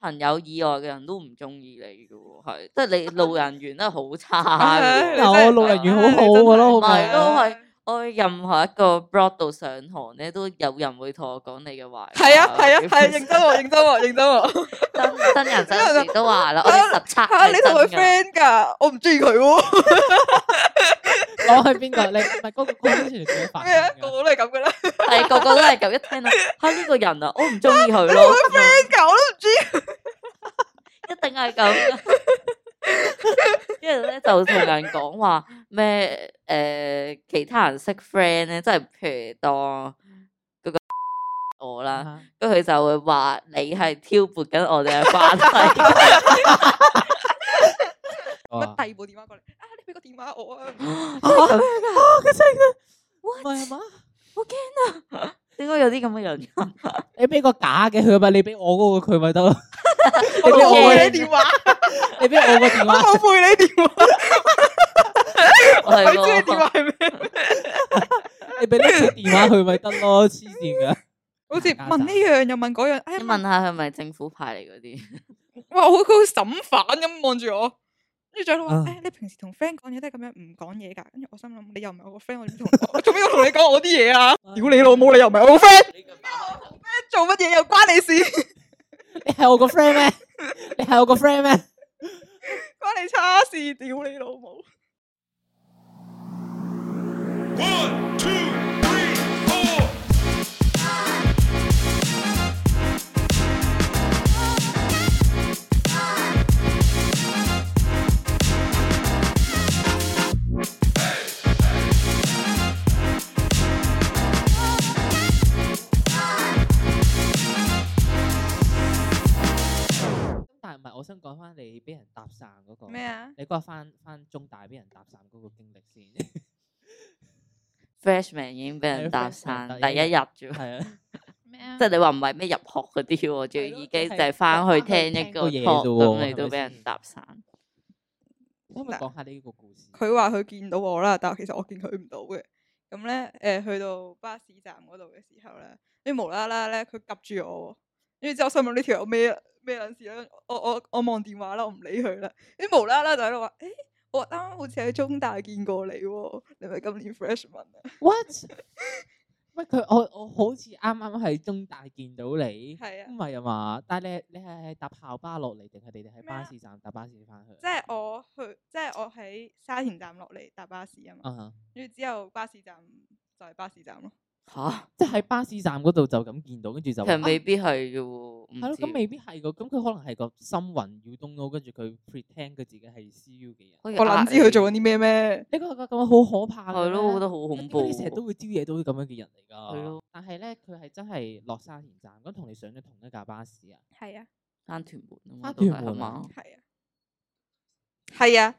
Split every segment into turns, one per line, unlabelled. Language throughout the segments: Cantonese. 朋友以外嘅人都唔中意你嘅 喎，係即係你路人緣都係好差
唉
嘅
你
喎。
真係
我路人緣好好㗎
好
咯
明
係
係我去任何一個 blog 度上堂咧，都有人會同我講你嘅壞話。
係啊係啊
基
係
本
啊，認真喎認真喎認真喎，
真 真人真事都話
啊
啦，我哋十測
嚇
係
你同佢
真㗎
friend 㗎，我唔中意佢喎，
我係邊個？你唔係嗰個嗰之前點樣
咩啊
反應
個
㗎？
個都係咁㗎啦，
係個個都係咁一聽到嚇呢個人啊，我唔中意佢咯，
friend 㗎我都唔中意，
一定係咁㗎。跟住咧就同人講話咩誒其他人識 friend 咧，即係譬如當嗰個 我啦。
啊
跟住佢就會話你係挑撥緊我哋嘅關 係，
我話
第二部電話過嚟啊，你俾個電話我啊，
哦唔係啊嘛？
點解有啲咁嘅人？
你俾個假嘅佢咪，你俾我嗰個佢咪得咯。
我
你俾我
冇
個
背你電話，
你俾我個電
我
話，
冇背你電話，
係
你知你電
喎
話
啊
係咩？
你俾呢個電話佢咪得咯，黐線㗎。
好似問呢樣又問嗰樣，哎呀
你問下佢係咪政府派嚟嗰啲？
哇，好佢好審犯咁望住我，跟住再佬話：，
啊
誒、你平時同 friend 講嘢都係咁樣唔講嘢㗎。跟住我心諗，你又唔係我個 friend，我點同我做咩要同你講我啲嘢啊？屌你老母，你又唔係我個 friend，friend 做乜嘢又關你事，
你係我個 friend 咩？你係我個 friend 咩？
關你叉事，屌你老母！
One, two, three, four.
但係唔係，我想講翻你俾人搭訕嗰個
咩啊？
你嗰日翻翻中大俾人搭訕嗰個經歷 先，
freshman 已經俾人搭訕
係啊，freshman
第一日啫喎，
係啊，
咩啊
即係你話唔係咩入學嗰啲喎，仲
係
要
咯
已
即係
經就係翻去聽一個
聽
talk
個嘢啫喎
咁，你都俾
係咪先
人搭訕。
可唔可以講下呢個故事？
佢話佢見到我啦，但係其實我見佢唔到嘅。咁咧，誒、去到巴士站嗰度嘅時候咧，跟住無啦啦咧，佢及住我喎，跟住之後我心諗呢條友咩咩撚事啦，我我我望電話啦，我唔理佢啦。跟住無啦啦就喺度話，誒、我啱啱好似喺中大見過你喎，你咪今年 freshman 啊？
what？乜佢我我好似啱啱喺中大見到你，
係啊
唔係啊嘛？但係你你係係搭校巴落嚟定係你哋喺
咩啊
巴士站搭巴士翻去？啊
即係我去，即係我喺沙田站落嚟搭巴士啊嘛，
啊，
跟住之後巴士站就係巴士站咯。
吓，
即係喺巴士站嗰度就咁見到，跟住就
其
話
實未
啊
必係嘅喎，唔
係咯，咁
知
未必係個，咁佢可能係個心雲要東歐，跟住佢 pretend 佢自己係 CU 嘅人。
可以
我諗知佢做緊啲咩咩？
你覺得咁樣好可怕嘅
係咯，
咩
我覺得好恐怖
你成日都
喎。
會招嘢到啲咁樣嘅人嚟㗎。
係咯。
但係咧，佢係真係落沙田站，咁同你上咗同一架巴士啊。
係啊，
翻屯門啊嘛，
返
都
屯
係啊
門 啊
嘛。
係啊，係 啊。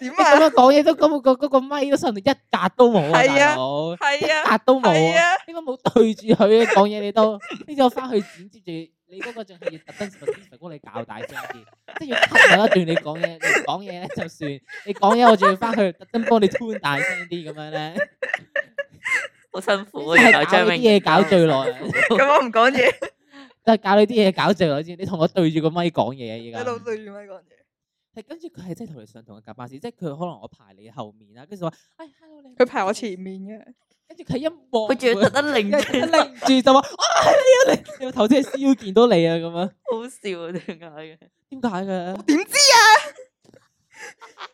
點
你咁
啊？
樣講嘢都咁個嗰個咪都上到一格都冇啊，
係啊
大佬。
係
一
啊，
格都冇
係
啊
啊！
應該冇對住佢講嘢，你都呢次我翻去剪接住你嗰個仲係要特登特幫你搞大聲啲，即係要 cut 有一段你講嘢，你講嘢咧就算，你講嘢我仲要翻去特登幫你 tune 大聲啲咁樣咧，
好辛苦啊，原來
係
張
搞
明
你啲嘢搞最耐。
咁我唔講嘢，
都係搞你啲嘢搞醉我先，你同我對住個咪講嘢
你
啊！
老
而家
對住咪講嘢。
係跟住佢係真係同你上同一架巴士，即係佢可能我排你後面啦，跟住就話：哎，hello 你。
佢排我前，面嘅，
跟住佢一望，
佢仲要特登擰轉，
拎住就話：啊你啊你，你頭先係 C 見到你啊咁樣，
好笑啊！點解嘅？
點解嘅？
點知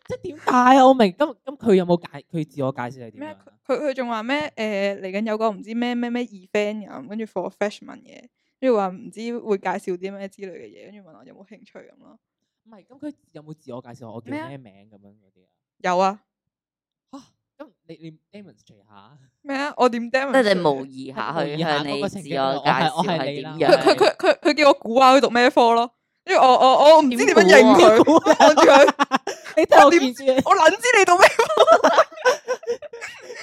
即係點解啊？我明咁咁佢有冇介佢自我介紹係點樣
咩
啊？？
佢佢仲話咩？誒嚟緊有個唔知咩咩咩 event 咁，跟住 for freshman 嘅，跟住話唔知會介紹啲咩之類嘅嘢，跟住問我有冇興趣咁咯。
唔係咁佢有冇自我介紹？我叫
咩啊
咩名咁樣嗰啲啊？
有啊，
咁你你 demonstrate 下，
咩啊？我點 d e
即係你模擬下
模擬
去
下
向
嗰
你
個
自
情
我介
景我係我
紹
係
係
你
點
啦
樣？
佢佢 佢佢佢叫我估啊下佢讀咩科咯，跟住我我我唔知點樣
點
應
估啊
佢，我 望住佢，
你睇我
點
見住。
我撚知你讀咩？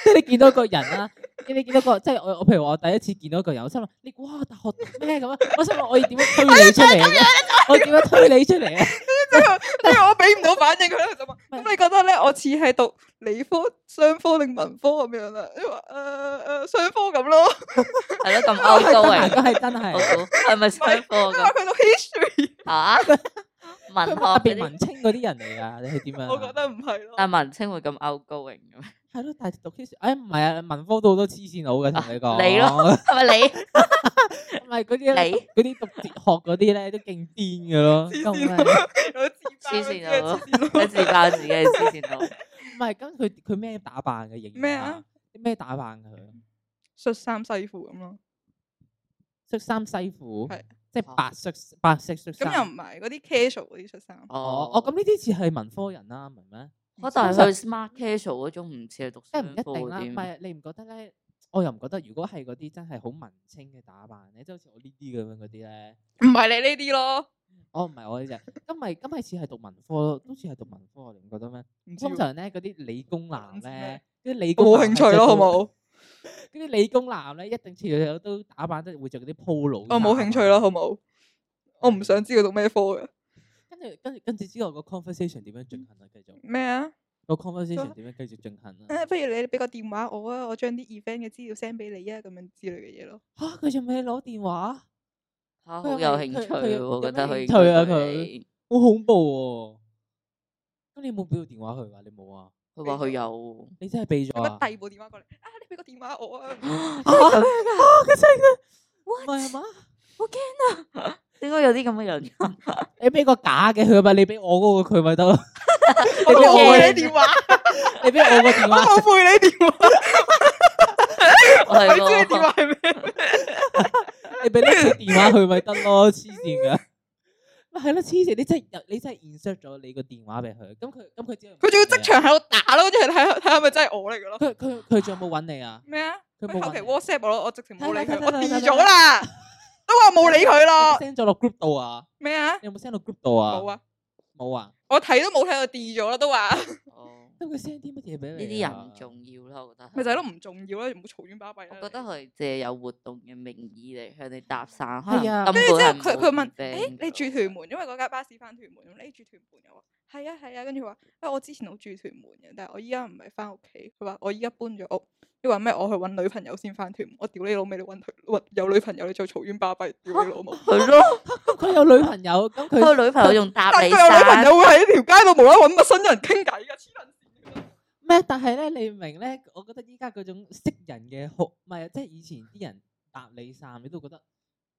即係你見到一個人啦，你見到個即係我我譬如話我第一次見到一個人，我心諗你估下我大學讀咩咁啊？我心諗我要點樣推你出嚟咧？我點樣推你出嚟啊？
跟住我俾唔到反應佢咧，佢就問：咁你覺得咧，我似係讀理科、商科定文科咁樣啦，因為誒誒商呃科咁咯，
系咯咁歐 洲
係
嚟，
真
我
係
估係咪商科
因為
咁
佢讀 history，
吓？文學
真係，特別
嗰啲，
文青嗰啲人嚟 㗎，你係點啊？
我覺得唔係咯。
但文青會咁 outgoing 嘅咩？
係咯，但係讀 history，哎唔係啊，文科都好多黐線佬嘅，
啊
同你講。
你咯，係咪你？
唔係嗰啲咧讀嗰啲讀哲學嗰啲咧都勁癲嘅咯，
黐
咁啊
線
係
有自爆
黐
嗰
線佬你
啲係黐線
啊
佬
自爆自己嘅黐線佬，
唔係咁佢佢咩打扮嘅型？
咩啊？
咩打扮佢？
恤衫西褲咁咯，
恤衫西褲
係，哦
即係白恤白色恤衫。
咁又唔係嗰啲 casual 嗰啲恤衫，
哦哦，咁呢啲似係文科人啦，明唔明？
我但係佢 smart casual 嗰種唔似係讀
即係
商
唔
科
一定啦，唔
嗰啲，
係你唔覺得咧？我又唔覺得，如果係嗰啲真係好文青嘅打扮咧，即係好似我呢啲咁樣嗰啲咧，
唔係你呢啲咯，
我唔係我呢只，咁咪咁咪似係讀文科，都似係讀文科，你唔覺得咩？
唔知
通
喎
常咧嗰啲理工男
唔知
咧
咩，
啲理工
冇
男
興
係
趣
着
咯，好
到
冇？
嗰啲理工男咧，一定次有都打扮得會着嗰啲 polo。
我哦冇興趣咯，好。冇？我唔想知佢讀咩科嘅
跟住跟住跟住之後個 conversation 點樣進行啊？繼續
咩啊？
個 conversation 點樣繼續進行
誒
啊？
不如你俾個電話我啊，我將啲 event 嘅資料 send 俾你啊，咁樣之類嘅嘢咯。
嚇佢仲未攞電話，
嚇
佢
好
有
有
興
興
佢
趣
佢
喎，
有
我覺得
有
佢
興
應
趣
該
啊
對
佢
你
好恐怖喎！咁你有冇俾個電話佢啊？你冇啊？
佢話佢有，
你真係俾咗
做乜
啊？
遞部電話過嚟啊？你俾個電話我啊！
嚇嚇佢真係唔係啊嘛？
點解有啲咁嘅人？
你俾個假嘅佢咪，你俾我嗰個 佢咪得咯？
我
俾
冇
我
回
嘅
你電 話，
你俾我個電
我
話。
冇回你電話，
係
你知你電
喎
話，係咩？
你俾呢個電話佢咪得咯，黐線噶。咪係咯，黐線！你真係你真係 insert 咗你個電話俾佢，咁佢咁佢只
佢仲要即場喺度打咯，即係睇下睇下係咪真係我嚟嘅咯。
啊佢佢佢仲有冇揾你啊？
咩啊？
佢
佢
冇
後期
搵你
WhatsApp 我咯，我直情冇理
睇睇
佢，
睇
我
睇
跌
睇
咗啦，都話冇理佢咯。
你 send 咗落 group 度啊？
咩啊？
你有冇 send 到 group 度啊？
冇，啊！
冇啊！
我睇都冇睇，我跌咗啦，都話
哦
咁佢 send 啲乜嘢俾
呢
你？啊
啲人唔。重要啦，我覺得係。
咪就係咯，唔重要啦，唔好嘈冤巴閉啦。
我覺得
你
佢借有活動嘅名義嚟向你搭訕，可
係啊
能根
跟住之後
本
佢
係
佢
冇
問：，誒
friend
你住
㗎
屯門，因為嗰架巴士翻屯門，咁你住屯門嘅話，係啊係啊，跟住話啊我之前好住屯門嘅，但係我依家唔係翻屋企，佢話我依家搬咗屋，你話咩我去揾女朋友先翻屯門，我屌你老味，你揾佢揾有女朋友你再嘈冤巴閉，屌你老 母！
係咯，
咁佢有女朋友，咁佢
佢女朋友仲搭
但係
你
佢有女朋
訕，
友會喺條街度無啦啦揾陌生人傾偈㗎，黐撚線㗎！
咩？但係咧，你唔明咧，我覺得依家嗰種識人嘅好，唔係啊即係以前啲人搭你訕，你都覺得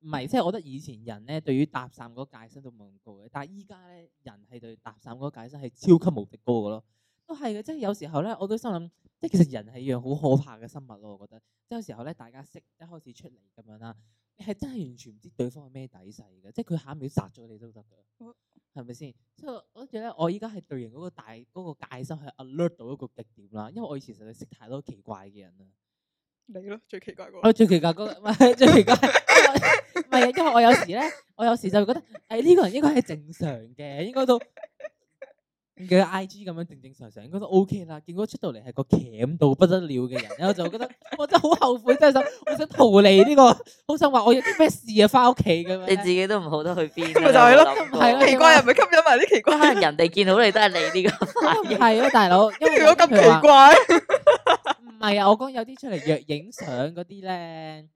唔係，即係我覺得以前人咧對於搭訕嗰個戒心都冇咁高嘅，但係依家咧人係對搭訕嗰個戒心係超級無敵高嘅咯，都係嘅，即係有時候咧我都心諗，即係其實人係一樣好可怕嘅生物咯，我覺得，即係有時候咧大家識一開始出嚟咁樣啦，你係真係完全唔知對方係咩底細嘅，即係佢下一秒殺咗你都得嘅
我。
係咪先？所以我我覺得我依家係對人嗰個大嗰、個戒心係 alert 到一個極點啦，因為我以前實在識太多奇怪嘅人啦。
你咯，最奇怪嗰個
我最奇怪嗰個 唔係最奇怪，因為唔係啊，因為我有時咧，我有時就覺得誒呢個人應該係正常嘅，應該都嘅 I G 咁樣正正常常，應該都 O K 啦。結果出到嚟係個鉗到不得了嘅人咧，我就覺得 我真係好後悔，真係想我想逃離呢、個，好想話我有啲咩事啊，翻屋企咁樣
你
咧。
自己都唔好得去邊㗎啦。
咪就係咯
我諗過
係咯
奇怪人咪吸引埋啲奇怪
可能 人哋見到你都係你呢個反應，
係啊，大佬，因 為
如果
有
咁
啲譬如話
奇怪，
唔係啊，我講有啲出嚟約影相嗰啲咧，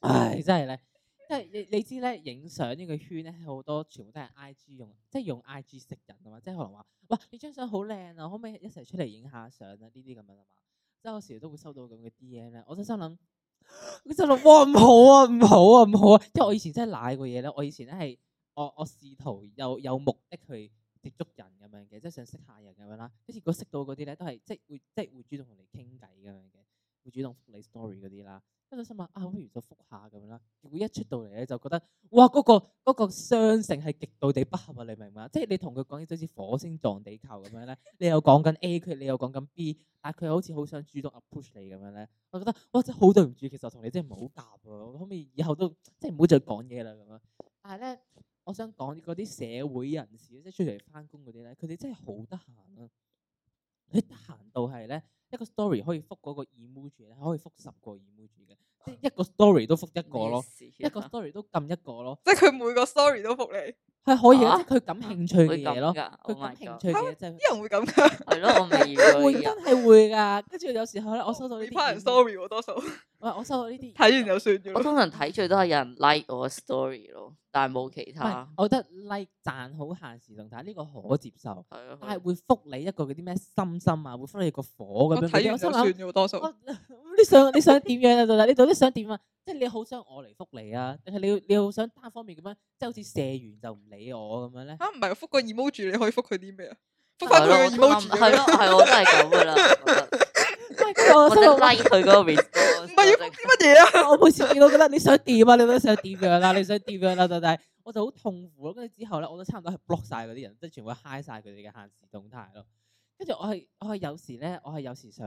唉，真係咧，即係你你知咧，影相呢個圈咧，好多全部都係 I G 用，即係用 I G 識人啊嘛，即係可能話，哇，你張相好靚啊，可唔可以一齊出嚟影下相啊？呢啲咁樣啊嘛，即係我時都會收到咁嘅 D M 咧，我真心諗，我心諗，哇，唔好啊，唔好啊，唔好啊，因為我以前真係賴過嘢咧，我以前咧係我我試圖有有目的去。接觸人咁樣嘅，即係想識下人咁樣啦。跟住如果識到嗰啲咧，都係即係會即係會主動同你傾偈咁樣嘅，會主動覆你 story 嗰啲啦。跟住心諗啊，不如就覆下咁樣啦。結果一出到嚟咧，就覺得哇，嗰、個嗰、個相性係極度地不合啊！你明唔明啊？即係你同佢講嘢就好似火星撞地球咁樣咧，你又講緊 A，佢你又講緊 B，但係佢好似好想主動 approach 你咁樣咧。我覺得哇，真係好對唔住，其實我同你真係唔好夾啊！我可唔可以以後都即係唔好再講嘢啦咁樣？但係咧。我想講嗰啲社會人士，即係出嚟翻工嗰啲咧，佢哋真係好得閒啊！佢得閒到係咧，一個 story 可以覆嗰個 emoji 咧，可以覆十個 emoji 嘅，即係一個 story 都覆一個咯，一個 story 都撳一個咯，
即係佢每個 story 都覆你。
係可以嘅，
啊
即係佢感興趣嘅
會
嘢
咁
咯，
噶
佢
，Oh
感
my
興
god！
趣嘅嘢即係
啲人會咁噶，
係咯，我未遇過
會
呢
真
人，
係會㗎。跟住有時候咧，我收到呢
你
啲
翻人
email
story 喎，多數
喂，我收到呢啲
睇完就算
我
咗。
通常睇最多係有人 like 我 story 咯，但係冇其
唔係
他，。
我覺得 like 讚好限時動態呢個可接受，
係咯，
但係會覆你一個嗰啲咩心心啊，會覆你個火
我
咁樣嗰
睇
啲。
完
我心
就算
諗，
咗，多數。
我你想你想點樣啊？到底你到底想點啊？即係你好想我嚟覆你啊，定係你要你好想單方面咁樣，即係好似射完就唔理 我咁樣咧？
嚇唔係覆個 emoji，你可以覆佢啲咩啊？覆翻
係
佢
咯，我
個
都諗係
emoji 咁樣
咯，係我都係咁噶啦，我覺得
喂，跟住我
我
心
真
諗
like 佢嗰個 response，
唔係要
我真
覆啲乜嘢啊？
我每次見到覺得你想點啊，你都想點樣啦，你想點啊樣啦，但係我就好痛苦咯。跟住之後咧，我都差唔多係 block 晒嗰啲人，即係全部 high 晒佢哋嘅限時動態咯。跟住我係我係有時咧，我係有時想，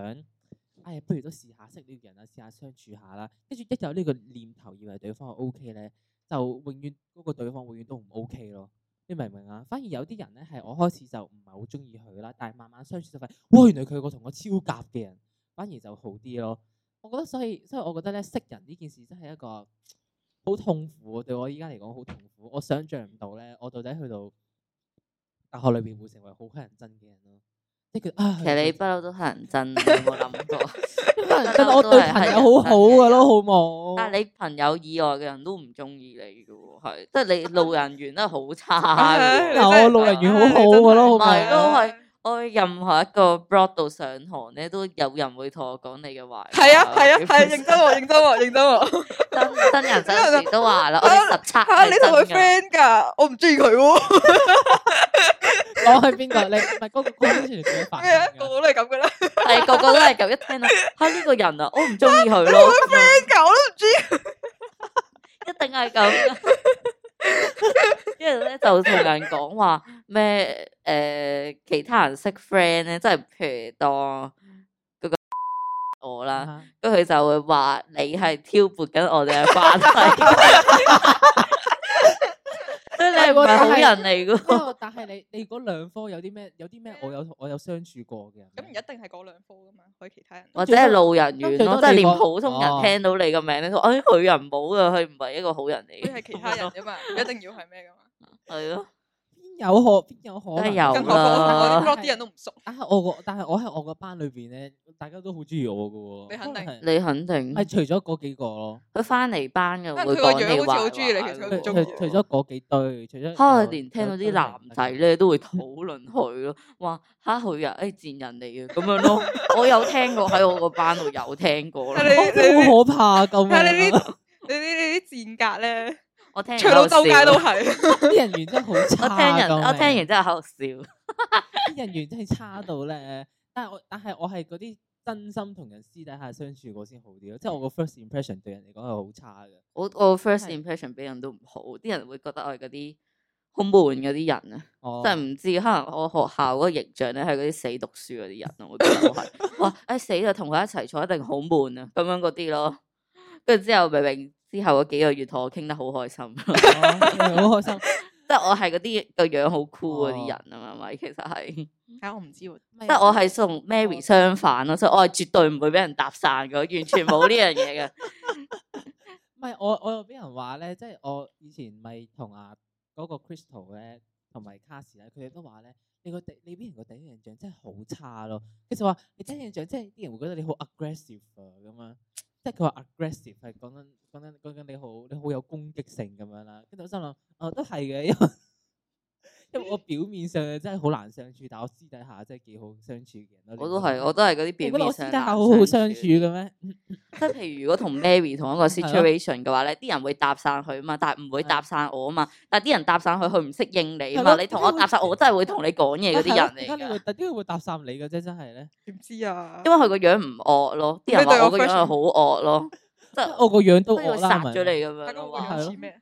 哎呀，不如都試下識呢個人啦，試下相處下啦。跟住一有呢個念頭，以為對方係 OK 咧，就永遠嗰個對方永遠都唔 OK 咯。你明唔明啊？反而有啲人咧係我開始就唔係好中意佢啦，但係慢慢相處就發現，哇！原來佢個同我超夾嘅人，反而就好啲咯。我覺得所以，所以我覺得咧，識人呢件事真係一個好痛苦，對我依家嚟講好痛苦。我想象唔到咧，我到底去到大學裏邊會成為好乞人憎嘅人咯。即係佢啊，
其實你不嬲都乞人憎，你有冇諗 過？
乞人
啊
憎，我對朋友好好噶咯，好冇？
但係你朋友以外嘅人都唔中意你嘅喎，係即係你路人緣都係好差嘅
唉你
喎。
嗱
真係
我路人緣好好㗎咯
好冇
唉你真係
我去任何一個 blog 度上堂咧，都有人會同我講你嘅壞話。
係啊係啊
基
係
本
啊，
上
認真喎認真喎認真喎。
真真人真事都話啦，我哋實測
嚇你同佢
係真㗎。
friend 㗎，我唔中意佢喎。
我係邊個？你唔係嗰個嗰個出嚟做
咩 啊？個個都係咁㗎啦。
係個個都係咁，一聽到嚇呢個人啊，我唔中意佢咯，咁樣
friend 㗎，我都唔中意。
一定係咁㗎。跟住咧就同人講話咩誒其他人識 friend 咧，真係譬如當嗰 個我
啊
啦。跟住佢就會話你係挑撥緊我哋嘅關係，即係你唔係好人嚟噶。
啊但係你你嗰兩科有啲咩？有啲咩？
啊
我有我有相處過嘅。
咁唔一定係嗰兩科㗎嘛，可以其他人。
或者係路人緣
最多
咯，
你
即係連
講
普通人
哦
聽到你個名咧，都哎佢人冇噶，佢唔係一個好人嚟
佢
嘅，
係其他人啫嘛，唔一定要係咩㗎嘛。
係咯，
邊有可邊有可
梗係
能？
有
更何況
啦
我 blog 啲人都唔熟，
但係我個但係我喺我個班裏邊咧，大家都好中意我噶喎。
你肯定
係
你肯定
係除咗嗰幾個咯，
佢翻嚟班嘅
但
會
佢個
講
樣
你
好
話
似好中意你其實
除
佢
話
唔
除
中意
喎
除咗嗰幾對，除咗
嚇，
有
連聽到
有
啲
堆
男
人
仔咧都會討論佢咯，話嚇佢啊，誒賤人嚟嘅咁樣 咯。我有聽過喺我個班度有聽過
係
咯，
你
我好可怕咁
但係 你
樣
呢你呢你啲賤格咧，
我聽完
唱到
喺度
周街都
笑
係。
啲人緣真係好
我
差。
聽人，我聽
完
完真係喺度笑。
啲人緣真係差到咧。但係我但係我係嗰啲真心同人私底下相處過先好啲咯，即係我個 first impression 對人嚟講係好差嘅。
我我 first
係
impression 俾人都唔好，啲人會覺得我係嗰啲好悶嗰啲人啊，
哦
真係唔知可能我學校嗰個形象咧係嗰啲死讀書嗰啲人啊，我覺得我 係哇，唉死啦，同佢一齊坐一定好悶啊，咁樣嗰啲咯。跟住之後明明之後嗰幾個月同我傾得好開 心，即
哦好開心。
係我係嗰啲個樣好酷嗰啲
哦
人啊嘛，咪其實係，
啊，我唔知喎。
即係我係同 Mary
哦
相反咯，所以我係絕對唔會俾人搭訕嘅，我完全冇呢樣嘢 嘅。
唔係我我又俾人話咧，即係我以前咪同啊嗰個 Crystal 咧，同埋 Cas 咧，佢哋都話咧，你個第你俾人個第一印象真係好差咯。佢就話你第一印象即係啲人會覺得你好 aggressive 啊咁樣，即係佢話 aggressive 係講緊講緊講緊你好你好有攻擊性咁樣啦。跟住我心諗，哦都係嘅，因為 因為我表面上真係好難相處，但我私底下真係幾好相處嘅人咯。你
我
覺
都
得
係，
呢
我都係嗰啲
你
表
覺得啊我
面
私
上
底
難
下好好相處嘅咩？
即係譬如如果同 Mary 同一個 situation 嘅話咧，啲人會搭訕佢啊嘛，但係唔會
係
搭訕我啊嘛。但係啲人搭訕佢，佢唔識應你啊
係
嘛。
咯
你同我搭訕，我真係會 同你講嘢嗰啲人
而家
嚟
你會
㗎。
點解會搭訕你嘅啫？真係咧。
點知啊？
因為佢個樣唔惡咯，啲人
你對
話
我
我個樣係
first-
好惡咯，即係
我個樣都
都要
惡
殺
啦，
咗你咁
睇
樣
嗰
咯。
個
話
係
樣
咯
似咩？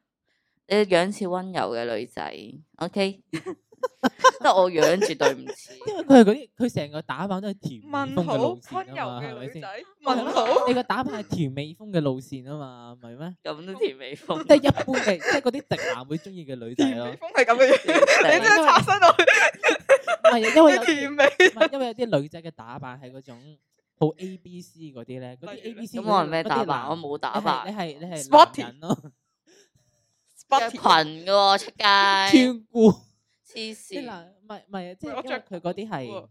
你樣似温柔嘅女仔，OK？即係我樣絕對唔 似。
因為佢係嗰啲，佢成個打扮都係甜美風
問
嘅
號
路
温
線
柔
啊嘛，係
嘅
咪
女
先？
仔，
係
問
咯
號。
你個打扮係甜美風嘅路線啊嘛，唔 係咩？
咁都甜美 風
即，係一般嘅，即係嗰啲直男會中意嘅女仔
甜
咯
美。風係咁嘅樣，你真係插身落去，
唔係因為 有
你甜
啲，
美。
唔係因為有啲女仔嘅打扮係嗰種好 A B C 嗰啲咧，嗰啲
例
A
如
B C
咁我係咩打扮？我冇打扮。
你係你係
Sporty
男人咯，
着
party
裙嘅喎出街，
穿估。
黐
即係
線。
嗱，唔係唔係，即係
我
因為
着
佢嗰
褲
啲係
啊，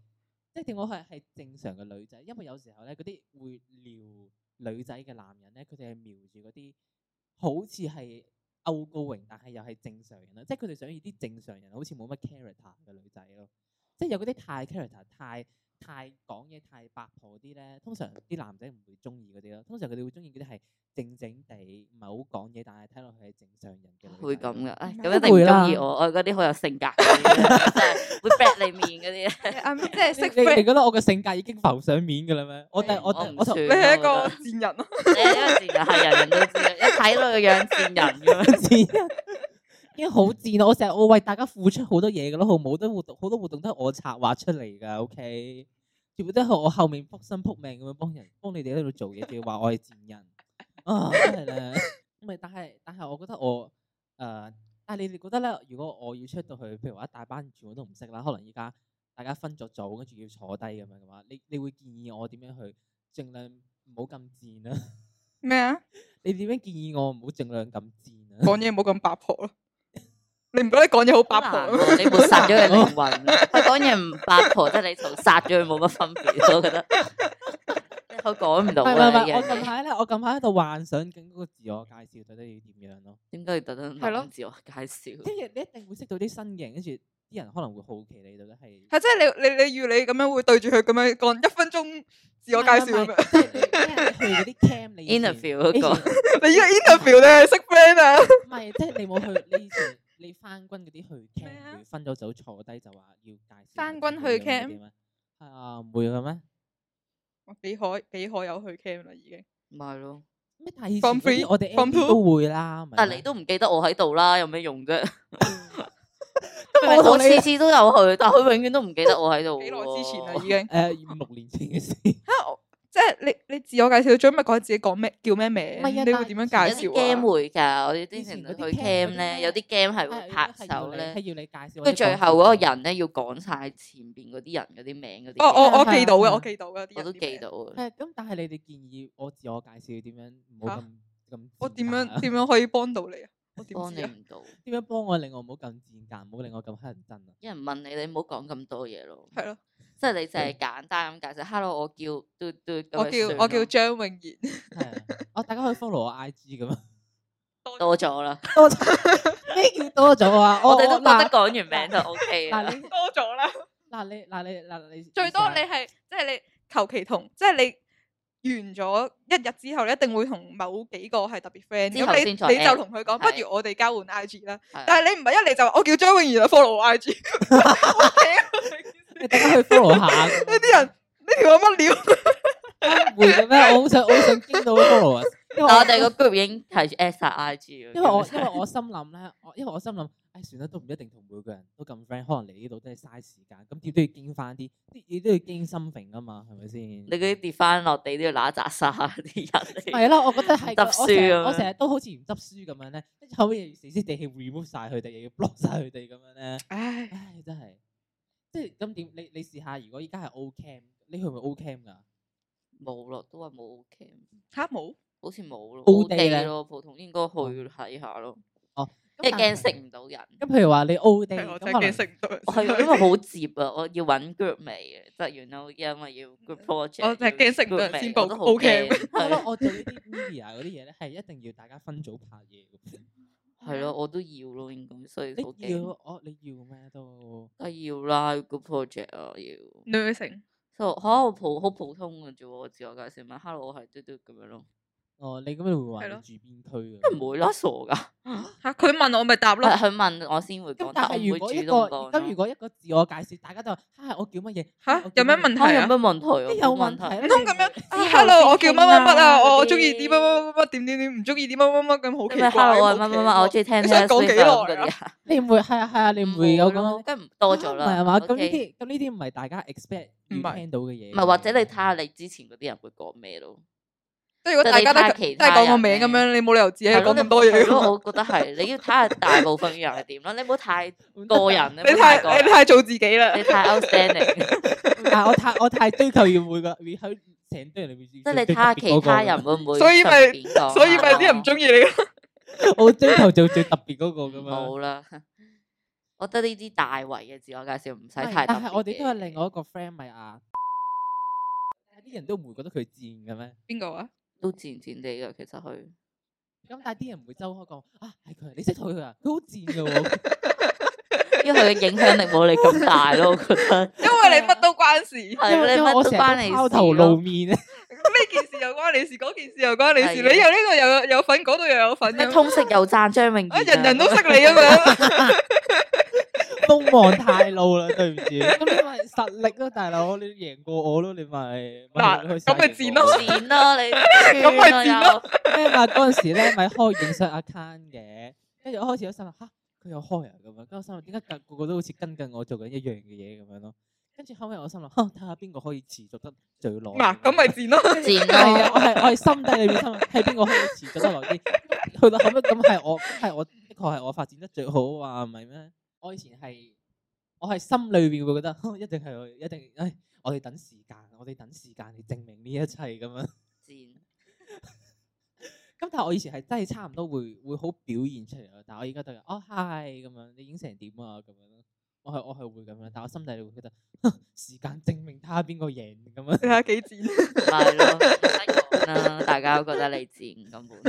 即係點講係係正常嘅女仔，因為有時候咧嗰啲會撩女仔嘅男人咧，佢哋係瞄住嗰啲好似係歐高榮，但係又係正常人啦，即係佢哋想要啲正常人，好似冇乜 character 嘅女仔咯，即係有嗰啲太 character 太。太講嘢太八婆嗰啲咧，通常啲男仔唔會中意嗰啲咯。通常佢哋會中意嗰啲係靜靜地，唔係好講嘢，但係睇落去係正常人嘅女仔咯。
會咁嘅，唉，
都
咁一定唔
會
中意
啦
我，我係嗰啲好有性格嘅 人，真係會 black 你面嗰啲。
啊咩即係
你
識
你你
friend，
覺得我嘅性格已經浮上面㗎啦咩？我第我第
我唔
我頭
算
你
你
係一個
我
賤人啊咯。
你係一個賤人，係人人都知嘅，一睇到個樣賤人 咁樣。
賤，已經好賤啦！啊我成日我為大家付出好多嘢㗎咯，好冇多活動，好多活動都係我策劃出嚟㗎。OK，全部都係我後面撲心撲命咁樣幫人幫你哋喺度做嘢，仲要話我係賤人啊！真係咧，唔係但係但係我覺得我誒、呃但係你哋覺得咧，如果我要出到去，譬如話一大班全部都唔識啦，可能依家大家分咗組，跟住要坐低咁樣嘅話，你你會建議我點樣去盡量唔好咁賤啊？
咩啊？
你點樣建議我唔好盡量咁賤啊？
講嘢唔好咁八婆咯。你唔覺得講嘢好八
好
婆
難
啊
咩？
喎，你抹殺咗佢靈 魂。佢講嘢唔八婆，即係你同殺咗佢冇乜分別，我覺得。我講唔到
唔係唔
啦，呢
係唔係，我
樣
近
嘢
排咧，我近排喺度幻想緊嗰個自我介紹到底要點樣咯。
點解要特登
係咯
諗自我介紹？
跟住你一定會識到啲新型，跟住啲人可能會好奇你到底係
係即係你你你預你咁樣會對住佢咁樣講一分鐘自我介紹咁樣。
樣。即係你你去嗰啲 cam 你以前
Interview 嗰個
你以 前
你依個 interview 咧識 friend 啊？
唔係即係你冇去，你以前你翻軍嗰啲去
咩啊
cam 會分咗組坐低就話要介紹
翻軍去
自己咁樣
cam？
點啊係啊，唔會嘅咩？
哇幾可幾可有去 cam 啦已經。
唔係咯，
咩？但係以前
Form
嗰
three，
啲我哋
form
M
two？
都會啦，唔係
但係
咩
你都唔記得我喺度啦，有咩用 啫？
都冇
我
同
次
你
次都有去，但係佢永遠都唔記得我喺度喎。
幾耐之前啦啊已經。
誒六年前嘅事。
嚇！我即係你你自我介紹咗，咪講自己講咩叫咩名？
唔係啊
你會
但係
點樣
有
介
啲
紹
game
啊？
會㗎，我哋之
以前
前去
嗰啲 cam
cam 咧，有啲 game 係會
係
拍
係要
手
你
咧
係，要你介紹或者講。
跟住最後嗰個人咧要講晒前邊嗰啲人嗰啲名嗰啲
哦，
嘢，
我我
係啊
記到
係
嘅，
啊
我記到嘅，啲
我都
人啲
記
名。
到啊。
係咁，但係你哋建議我自我介紹點樣唔
嚇
好咁咁？啊
我點樣
樣
點樣可以幫到你啊？我點
幫
知
你
啊？
唔到，
點樣幫我令我唔好咁賤格，唔好令我咁乞人憎啊？
有人問你，你唔好講咁多嘢咯。
係咯，
即係你就係簡單咁解釋，hello，我叫嘟嘟咁
我
樣算
叫
咯
我叫張穎賢，
係啊，哦，大家可以 follow 我 IG 咁啊。
多咗啦。
多咗咩叫多咗啊？
我哋都覺得
嗱
講完名就 OK 啦
嗱。你
多咗啦。
嗱你嗱你嗱你
最多你係即係你求其同，即係你完咗一日之後，你一定會同某幾個係特別 friend。
之後
咁你
先再
你
add，
就同佢講，
係
不如我哋交換 I G 啦。
係啊
但係你唔係一嚟就話我叫張穎賢啊，follow 我 I G。
你大家去 follow 下呢
呢啲人呢條有乜料？
會嘅咩？我好想我好想見到 follow 啊，因
但
為
我哋個 group 已經係 at 晒 IG 啦
因為我因為我心諗咧，我因為我心諗，唉，算啦，都唔一定同每個人都咁 friend，可能嚟呢度都係嘥時間，咁點都要經翻啲，啲你都要經心平啊嘛，係咪先？
你嗰啲跌翻落地都要揦扎沙啲人嚟。
係啊咯，我覺得係
執
㗎我成日
書咁樣
我成日都好似唔執書咁樣咧，跟住後尾又要死死地氣 remove 晒佢哋，又要 block 晒佢哋咁樣咧，
唉，
唉，真係，即係咁點？你你試下，如果依家係 O cam，你去唔去 O cam 㗎？
冇咯，都話冇 OK，
吓冇
好似冇咯，
奧
冇
地
地
咧
咯，普通應該去
哦
睇下咯，
咁
因為
但係
驚識唔到人。
咁譬如話你 O 地，
係我
咁
真
可
係
能
驚識唔到人
我係因為好接啊，我要揾 group 尾嘅，即係 you know，因為 要 group project。
我哦就係驚識唔到人先報
都好驚
OK
我覺得
係
我做呢啲 media 嗰啲嘢咧，係一定要大家分組拍嘢嘅。
係咯，我都要咯，應該，所以好
你要
驚。
我你要咩都？
梗係要啦，要 group project 啊，要。
女性
就嚇我普好普通嘅啫喎，我自我介紹咪 hello 我係嘟嘟咁樣咯，
嗯
哦，你咁你會話
係
你
咯
住邊區
都
嘅？
唔會啦，傻噶。
吓，佢問我咪答咯
係。佢問我先會
咁
講，
但
但我
係
唔
如
會
果一
主
個
動講咯。
咁如果一個自我介紹，大家就嚇我叫乜嘢？
吓
嗨我，叫
有咩
乜嘢
問
嚇
題
有
啊
咩？問題啊？
即係有
冇
問題
題。
咧，
唔通咁樣啊？Hello，我叫乜乜乜啊，我我中意啲乜乜乜乜點點點，唔中意啲乜乜乜咁好奇
咩
怪。
hello 啊
好
乜
奇
乜乜，我
喎
中意聽
你
Taylor
想講幾
Swift 啊咁
耐
嗰
啊
啲啊，
你唔會係啊係啊，你唔會有
冇
咁樣
咯，梗係唔多咗
啊唔係
啦。
啊嘛？咁呢
OK
啲咁呢啲唔係大家 expect
唔
要
係
聽到嘅嘢。
唔係或者你睇下你之前嗰啲人會講咩咯？
即係如果大家都
即係你睇下
係
其
都係
他
講個
人
名
咧
咁樣，你冇理由自己
係咯
講
你
咁多嘢
係
噶嘛
咯，我覺得係你要睇下大部分嘅人係點咯，你唔好太 個人，你
你
唔好太個
太你
人
太做自己啦
你。太 outstanding，
但係我太我太追求要每個要喺成堆人裏面，
即係你睇下其他人會唔會
所以咪
順便講
所以咪啲人唔
啊
中意你咯。
我追求做最特別嗰個咁樣。
冇啦。我覺得呢啲大圍嘅自我介紹唔使
喂
太特
但
別
係我哋都有
嘅
另外一個 friend à. 咪啊，啲人都唔會覺得佢賤嘅咩？
邊個啊？
都賤賤地嘅，其實佢
咁但係啲人唔會周開講啊，係佢，你識佢啊，佢好賤嘅喎。
因為佢嘅影響力冇你咁大咯，我覺得
因為你乜都關事，呢
係
因為
你
因為
乜
我
都
成
關
日
你
都拋頭
事
露
咯。
面咧，
件事又關你事，嗰件事又關你事，
係
你又呢度又有有份，嗰度又有份
咩
咁，
通識又讚張穎
啊
賢
人人都
啊
識你咁樣，
鋒芒太露啦，對唔住。 咁你咪實力咯，大佬，你贏過我咯，你咪咪
嗱
去
咁咪
曬
賤
我
咯
賤啦你，
咁咪
算
賤
啦
咯
又
咩嘛？嗰陣時咧咪開影相 account 嘅，跟住我開始有心諗吓，佢有開啊咁樣，跟住我心諗點解個個個都好似跟緊我做緊一樣嘅嘢咁樣咯。跟住後尾我心諗，哼睇下邊個可以持續得最耐。
嗱咁咪賤咯，
賤
係啊！
咯，
我係我係心底裏邊心諗，係邊個可以持續得耐啲？去到後尾咁係我係我的確係我發展得最好啊，唔係咩？我以前係我係心裏邊會覺得， 哼一定係我一定，唉，我哋等時間，我哋等時間嚟證明呢一切咁樣。
賤
咁但係我以前係真係差唔多會會好表現出嚟咯，但係我而家對人哦 hi 咁樣，你影成點啊咁樣咯，我係我係會咁樣，但我心底裏會覺得 哼時間證明睇下邊個贏咁樣。
你睇下幾賤，
係咯，唔使講啦，大家都覺得你賤根本。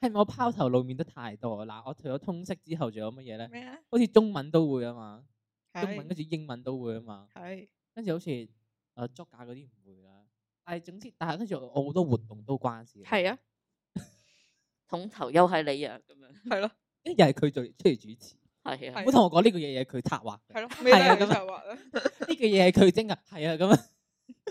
係咪我拋頭露面得太多啦？我除咗通識之後，仲有乜嘢咧？
咩啊？
好似中文都會啊嘛，中文
係
跟住英文都會啊嘛，
係
跟住好似誒作假嗰啲唔會啦。但係總之，但係跟住我好多活動都關事。
係啊，，
統頭又係你啊，咁樣
係咯
又係佢做出嚟主持，
係啊
係，
唔好同我講呢個嘢嘢佢策劃嘅，
係咯，咩都
係啊
係
咁
佢
啊
策劃啦，
呢個嘢係佢整噶，係啊咁 樣。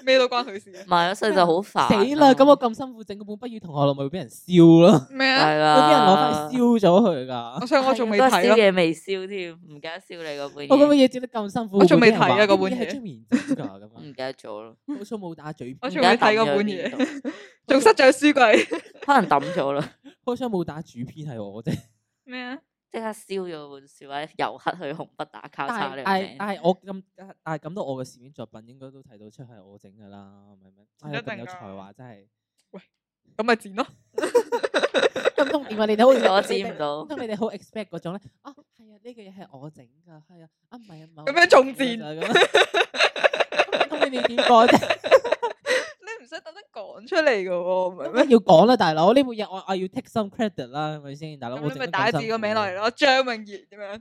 咩都關佢事啊
唔，係啊，所以就好煩。
死啦！咁我咁辛苦整嗰本畢業同學錄，咪會俾人燒 咯，
咩啊？
係
會
啦，
俾人攞翻去燒咗佢
我
噶。
想我
係
仲
啊
未
嗰個
睇
燒
咯，
嘢未燒添，唔記得燒你嗰本
我嗰本
嘢，
嘢整得咁辛苦，
我仲未睇啊
啊
嗰本嘢嗯
係出面整噶咁
我唔
樣，
記得咗咯，
好彩冇打嘴
我
邊，
唔
仲
記
未
得
睇
抌
嗰
咗
本
邊
嘢，
度
仲塞咗喺書櫃，
可能抌咗啦，
好彩冇打主編係我啫。
咩啊？
即刻燒咗本書或者油黑去紅筆打交
但
叉呢
係
個
但係
名。
但係我咁但係咁多我嘅攝影作品應該都睇到出係我整噶啦，明唔明？哎呀
一定
咁有
㗎
才華真係。
咁咪賤咯，
咁通點啊？ 你哋好似
我知唔到
咁通你哋好 expect 嗰種咧？啊係啊，呢個嘢係我整噶，係啊，啊唔係啊唔係。
咁樣仲賤
咁樣。咁你哋點講啫？
你唔使特登講出嚟噶喎，唔係
咩
咩？
要講啦，大佬呢部嘢我我要 take some credit 啦，係咪先？大佬我
咁你
整
咪
得咁
打字
辛
個名落
苦
嚟。咯，張穎賢咁樣。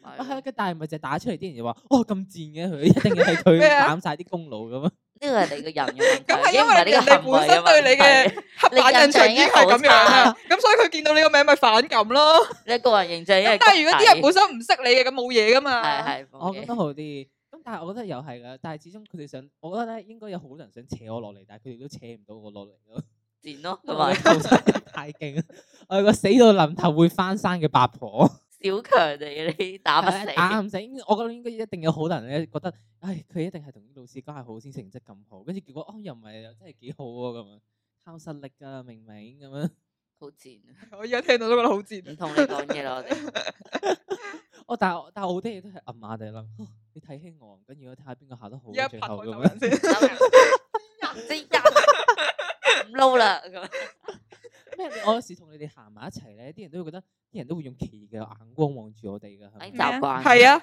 係
哇
咯
係啊，但係咪就係打出嚟啲人就話，哦咁賤嘅佢，一定係佢
咩啊
攬晒啲功勞咁啊！
呢個係你個人嘅問題，
咁係
已經
因
唔係
為
你
人
個
哋
行為
本身對
嘅
你
問題
嘅黑板印象已經係咁樣啦，咁所以佢見到你個名咪反感咯。
你個人形象因
咁
為
但係如果啲人本
谷底
身唔識你嘅，咁冇嘢噶嘛。
係係
我
冇
覺
嘢
得好啲。咁但係我覺得又係噶，但係始終佢哋想，我覺得咧應該有好多人想扯我落嚟，但係佢哋都扯唔到我落嚟咯。
賤咯，
因
同
為我
埋
嘅求生欲太勁，我係個死到臨頭會翻山嘅八婆，啊
小強嚟，你打啊 不死。
打唔死。我覺得應該一定有好多人咧覺得，唉，佢一定係同啲老師關係好先成績咁好，跟住結果哦又唔係又真係幾好喎咁樣，靠實力㗎明明咁樣。
好賤啊，
我而家聽到都覺得好賤。
唔同你講嘢啦，我哋
我哦但係我但係我好多嘢都係暗下地諗， 哦你睇輕我，跟住我睇下邊個考得好
而家
最
拍台
後咁
走
樣
人。先，
即一唔撈啦咁樣。
咩？我有時同你哋行埋一齊咧，啲人都會覺得，啲人都會用奇異嘅眼光望住我哋㗎，係咪
哎習慣
係啊，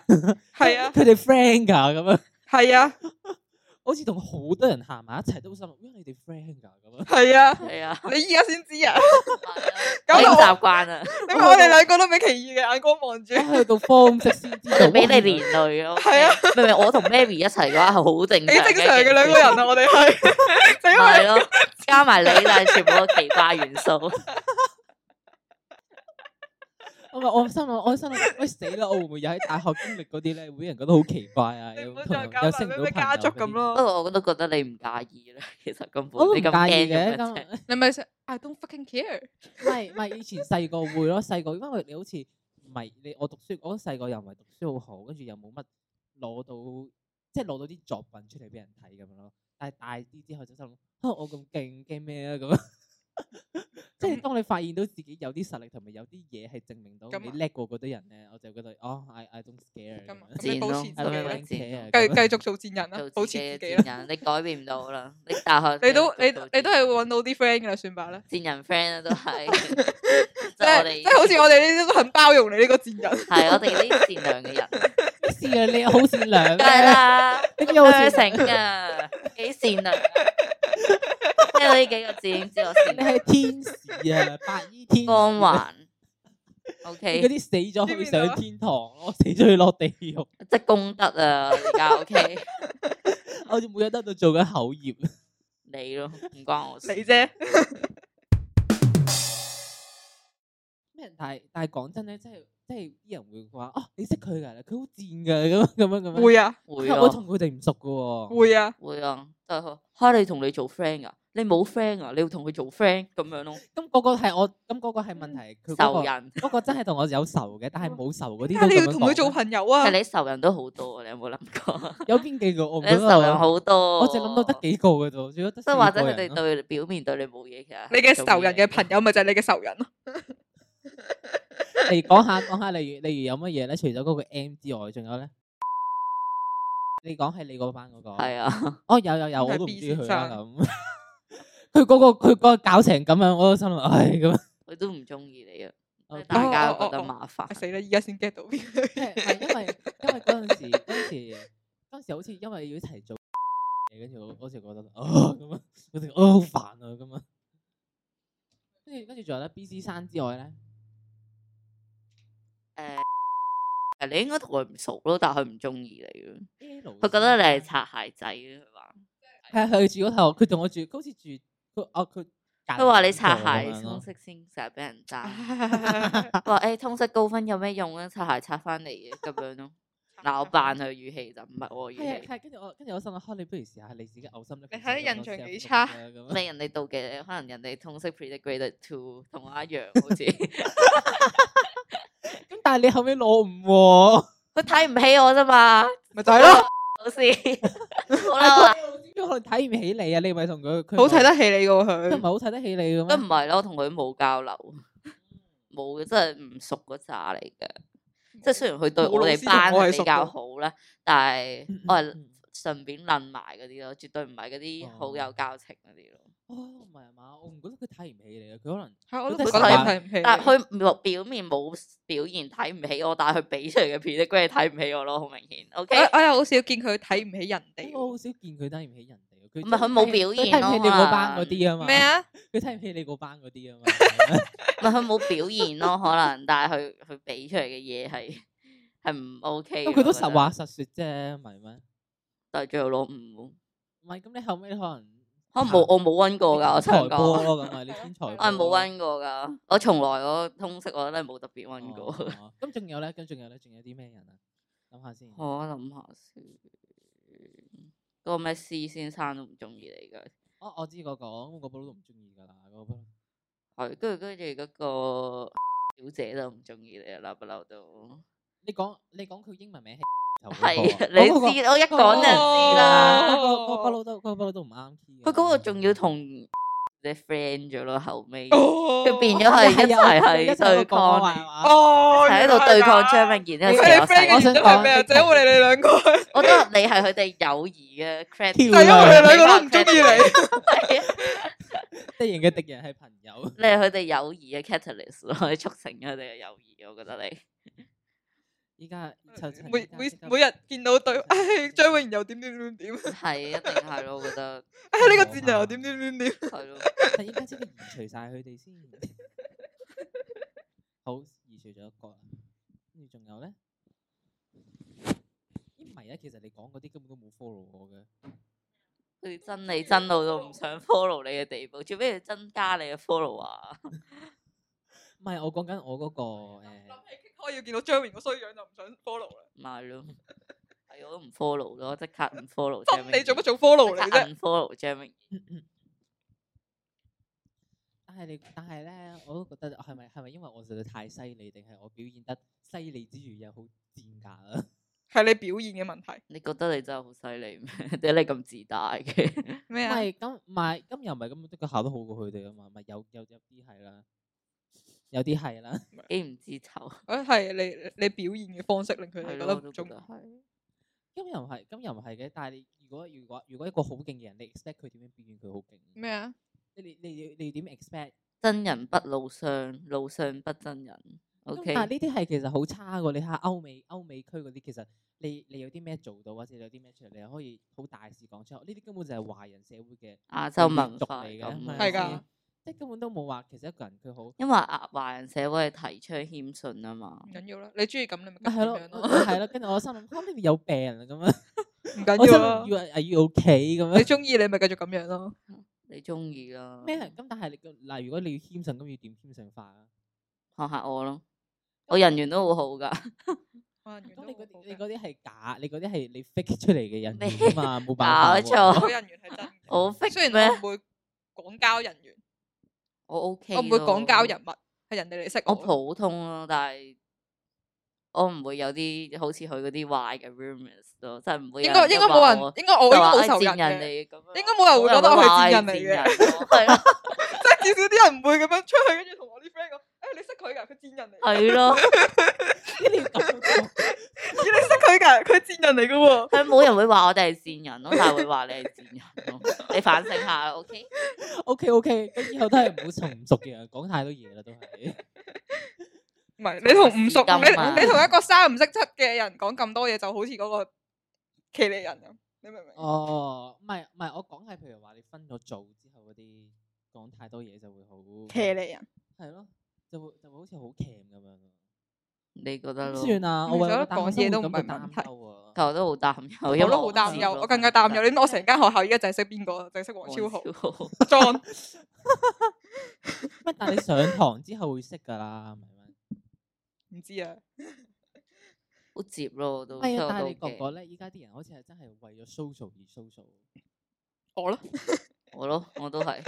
係啊，
佢哋 friend 㗎咁樣，
係啊，
好似同好多人行埋一齊都心諗，因為你哋 friend 㗎咁樣。
係啊。
係啊，
你依家先知啊！
我
搞
已經
到
習慣啦，
因為我哋兩個都俾奇異嘅眼光望住，
我去到 form 即先知
我哋
道，
俾你
連
連累咯。
係啊，
明明我同 Mary 一齊嘅話係好正
幾
常
正常嘅
一件
兩個
事
人啊！我 哋係，就因為
係咯，加埋你，但係全部都奇怪元素。
我咪我心諗，我心諗，喂死啦！我會唔會又喺大學經歷嗰啲咧，會俾人覺得好奇怪啊？
你
又
唔好
同
再
人
搞埋
又識唔
咩
到
咩
朋
家
友
族
嗰
咁
啲
不
咯。
過我都覺得你唔介意啦，其實根
我
本
都唔
你
介
咁驚
意嘅，
做乜
咁
啫
你咪成 I don't fucking care。
唔係唔係，以前細個會咯，細個因為你好似唔係你我讀書，我覺得細個又唔係讀書好好，跟住又冇乜攞到，即係攞到啲作品出嚟俾人睇咁樣咯。但係大啲之後就心諗，啊我咁勁驚咩啊咁樣， 即係當你發現到自己有啲實力同埋有啲嘢係證明到
咁
你
啊
叻過嗰啲人咧，我就覺得哦，I I don't scare
咁啊
咁
咁
樣
賤
你保
咯
持自己
係咪
啦
咪，賤
繼
繼
繼續做賤人啦，保
做
持
自己嘅
自己
賤
啦。
人，你改變唔到啦。你大學
你都
繼
你
續做
你都係
賤
會揾到啲 friend 噶啦，算吧啦。
賤人 friend 啊，都 係
即
即係我
係
哋
即係好似我哋呢啲都很包容你呢個賤人。
係啊我哋呢啲善良嘅人，
咩事啊？你好善良
梗係
咩？
啦，
你邊有好
啊
善
成噶，幾善良啊。即係呢幾個字已經知我善
你
良，
係天使啊，白衣天使
光
啊
環。O
你
K，
嗰啲死咗去
知唔知道啊
上天堂，我死咗去落地獄，
即係功德啊！而家 O K，
我每日都喺度做緊口 業。
你咯，唔關我事。
你啫，
咩？但係但係講真咧，即係即係啲人會 話哦，你識佢㗎，佢好賤㗎咁樣咁樣咁樣。
會啊
會
我
啊，
同佢哋唔熟㗎喎。
會啊，
會啊，就係話嚇你同你做 friend 噶，你冇 friend à. 啊，你要同佢做 friend 咁樣咯，
咁嗰個係我，咁嗰個係問題。佢嗰
仇
個
人。
嗰個真係同我有仇嘅，但係冇仇嗰啲
點
都
解你
咁
要
樣
同佢做
講。
朋友啊
但？係你仇人都好多，你有冇諗過？
有邊幾個？我唔
你
覺得
仇人
我，
好多，
我淨諗到得，幾個嘅啫，最多
即
得四
係
個
或者佢
人
哋
咯
對表面對你冇嘢，其實
你嘅
做
仇人
嘢
嘅朋友咪就係你嘅仇人咯。
嚟講下講下，例如例如有乜嘢咧？除咗嗰個 M 之外，仲有咧？你講係你嗰班嗰個？
係啊，
哦，有有有，
係
我都唔
B
知佢
先
啦
生
咁。 佢嗰個佢嗰個搞成咁樣，我都心諗，唉咁樣。
佢都唔中意你啊，即係
OK
大家都
哦哦
覺得
哦
麻煩
啊。死啦！依家先 get 到邊，
即係係因為因為嗰陣時嗰陣時嗰陣時好似因為要一齊做嘢，跟住我嗰時覺得啊咁樣，我哋啊好煩啊咁樣。跟住跟住仲有咧，B C 山之外咧，
誒你應該同佢唔熟咯，但係佢唔中意你咯，
佢
佢覺得你係擦鞋仔咯，佢話。
係啊佢住嗰頭，佢同我住，佢好似住佢哦佢隔離
佢話你
兩
擦
座咁
鞋
樣
通
咯
識先成日俾人爭，
唉
佢話誒通識高分有咩用啊？擦鞋擦翻嚟嘅咁樣咯。嗱我扮佢語氣就唔係我語
係啊
氣，
係啊，跟住我跟住我心諗，哈你不如試下你自己嘔心啦。
你
其實
睇
我
印象幾
試下
差
咁樣
咩人哋妒忌你，可能人哋通識 predict grade two 同我一樣好似，佢
咁但係你後尾攞唔喎，
睇唔起我啫嘛，
咪就係 咯，
老 師。好啦，
因為可能睇唔起你啊，你咪同佢佢
好睇得起你噶喎
佢唔
佢。
係好睇得起你咁
都唔
樣。
係咯，同佢冇交流，冇嘅，真係唔熟嗰扎嚟嘅。即係雖然佢對
冇
我
老
哋
師
班
同我
係
係
比
熟
較
嘅
好啦，但係
嗯
我
嗯
係
嗯
順便撚埋嗰啲咯，絕對唔係嗰啲好
哦
有交情嗰啲咯。
哦，唔係嘛，我唔覺得佢睇唔起你啊，佢可能
係我都
都
覺
睇
得
唔
佢
起
睇唔起你。
但係佢表表面冇表現睇唔起我，但係佢俾出嚟嘅片咧，佢係睇唔起我咯，好明顯。O K，
啊
我我又哎好少見佢睇唔起人
哎
哋
我好少見佢睇唔起人哋啊，佢
唔係佢冇表
佢
現
睇唔
咯
起你嗰班嗰啲啊
喎。
嘛。
咩？啊？
佢睇唔起你嗰班嗰 啲啊嘛。
唔係佢冇表現咯，可能，但係佢佢俾出嚟嘅嘢係係唔 O K。
咁佢都實話，實説啫，唔係咩？
但係最後攞五，
唔係咁，你後尾可能
可能冇我冇温過㗎，我
天才
想
波
講。
咯咁啊，你天才
我係
我係冇
波咯啊
温過㗎，我從來我通識我都係冇特別温過。
哦咁仲有咧？咁仲有咧？仲有啲咩人啊？諗下先。
我諗下先，嗰個咩 C 先生都唔中意你㗎，
哦，我知嗰個，咁嗰部都唔中意㗎啦，嗰部。
係跟住跟住嗰個 小姐都唔中意你啦，不嬲都
你講你講佢英文 名係頭嗰個
係啊
啊 嗰個
你知，我一講就
哦
知啦。
嗰個嗰哦個不嬲都嗰個不嬲都唔啱 key 㗎。
佢嗰個仲要同 你 friend 咗咯，後尾
哦
佢變
Dạ,
咗 係
啊
一齊係對抗你，
抗
哦，
係喺度對抗張
明。
明賢呢
你
個時候
哋 friend
細個
嘅原因係咩啊？就因為你哋兩個，就
我覺得你係佢哋友誼嘅 credit，
因
因為你兩個都唔中意你。
係啊
敵人嘅敵人係朋友。
你係佢哋友誼嘅 catalyst 咯，你促成咗佢哋嘅友誼，我覺得你
依家就趁
每
依家
每
即刻
每日見到對，唉，張永賢又點點點點，
係一定係咯，我覺得
唉，呢個賤人又點點點點，
係咯。
趁依家即刻移除晒佢哋先。好，移除咗一個啦，跟住仲有咧？咦唔係啊，其實你講嗰啲根本都冇 follow 我嘅。
佢真你真到到唔想 follow 你嘅地步，做咩要增加你嘅 follow 啊？
唔係，我講緊我嗰個誒。
諗起我要見到張明個衰樣就唔想 follow 啦。
咪係咯，係我都唔 follow 咯，即刻唔 follow 張明
真
賢。
你做乜做 follow dạ.
即
你
刻
啫？
唔 follow 張明賢？
但係你，但係咧，我都覺得係咪係咪因為我實在太犀利，定係我表現得犀利之餘又好賤格啊？
係你表現嘅問題
你覺得你真係好犀利咩？ 點解你咁自大嘅？
咩
唔
啊？
係咁，唔係咁又唔係咁，的確考得好過佢哋啊嘛，咪有有有啲係啦，有啲係啦。
幾唔知醜？
我覺得係你你表現嘅方式令佢
係
哋覺
咯
得
我都
唔中
覺得
意。
咁又唔係，咁又唔係嘅。但係你如果如果如果一個好勁嘅人，你 expect 佢點樣表現佢好勁？
咩？啊？
你你你你點 expect？
真人不露相，露相不真人。O
咁
K，
但係呢啲係其實好差嘅。你睇下歐美歐美區嗰啲，其實你你有啲咩做到，或者你有啲咩出嚟，你可以好大事講出口。呢啲根本就係華人社會嘅
亞洲
民
啊文
族
化
嚟嘅，啊
咁
咪
樣
係㗎
先，即係根本都冇話其實一個人佢好。
因為亞華人社會係提倡謙遜啊嘛
唔。緊要啦，你中意咁你咪
咪係
咁
咯，
樣
咪
咯，
係咯，跟住我心諗，咁你哋有病啊咁 樣，
唔
我
緊
心
要啦
諗。要 are you okay 咁
啊你
樣
中意你咪繼續咁樣咯。
你中意啊啦，
咩
啊
係？咁但係你個嗱，如果你要謙遜，咁要點謙遜法啊？
學下我咯。
哦
我人緣都好好噶，
咁
咁你嗰啲你嗰啲係假，你嗰啲係你 fake 出嚟嘅人
咩
嚟㗎嘛，冇
搞
辦法喎。
錯
我人緣係真嘅。
我 f
雖然我
咩？
唔會廣交人緣，
我 O K，
我唔會廣交人，物，係人哋嚟識
我
我。
普通咯，但係我唔會有啲好似佢嗰啲壞嘅 rumors 咯，即係唔會有
應該
都
應該
話
冇人
我，
應該我
就
應該
話
冇
哎
仇
賤人
人嘅，
嚟咁樣，
應該冇人會覺得我係賤人嚟嘅，
係咯
即係至少啲人唔會咁樣出去，跟住同我啲 friend 講：，誒哎你識佢㗎，佢賤人嚟㗎。
係咯，
你要咁講
咦你識佢㗎，佢賤人嚟㗎喎。
佢冇人會話我哋係賤人咯，但係會話你係賤人咯，你反省下，O K，
OK OK，咁以後都係唔好熟唔熟嘅人講太多嘢啦，都係。
唔係你同唔熟，
咁啊
你你同一個三唔識七嘅人講咁多嘢，就好似嗰個騎呢人咁，你明唔明？
哦，唔係唔係，我講係譬如話你分咗組之後嗰啲講太多嘢就會好
騎呢人，
係咯，就會就會好似好 cam 咁樣咯。
你覺得
點
咯？
算啊？我
其
為
實
咗
我講嘢都唔係問題
問
但我都好擔憂，因
我
為
都好擔
知
憂，
咯
我更加擔憂。你知我成間學校依家就係識邊個，啊就係識黃超豪、
超豪。
John。
乜？但係你上堂之後會識㗎啦，唔係咩？
唔知啊，
好接咯，我都
唔
所以
係啊，
我
但
都
係你覺唔
OK
覺咧？依家啲人好似係真係為咗 social 而 social。
我咯。
我咯，我都係，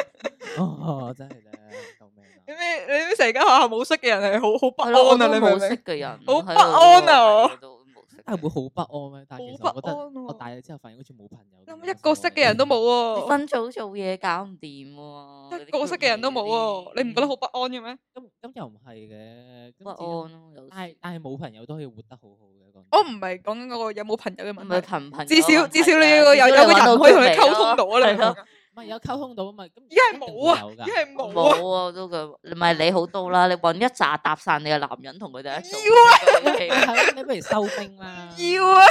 哦，真係咧，救命
你
啊！
咩？你咩？成間學校冇識嘅人係好好
係
不安
咯，我都
啊！你明唔
冇識
明？
嘅人，
好
喺
不
度
安啊
咯
我
係都冇識。
但係會好不安咩？但係其實我覺
好不
得
安
我
喎
大咗之後發現好似冇朋友咁樣。
一個識嘅人都冇
你
喎，
分組做嘢搞唔掂喎，
一個識嘅人都冇喎，你唔覺得好不安嘅咩？
咁咁又唔係嘅，
不
不
安咯？有
但係但係冇朋友都可以活得好好嘅，講真
我唔係講緊嗰個有冇朋友嘅
唔
問
係
題，
頻頻
至少啊至少你要有有個人可以同你溝通到啊！你明唔明啊？
唔係有溝通到啊嘛？咁
而家係冇啊，
一
而
定會有㗎
家係 冇
冇
啊！
啊，我都咁，唔係你好多啦，你揾一紮搭散你嘅男人同佢哋一齊
係
做。
啊你不如收兵啦。
要 啊！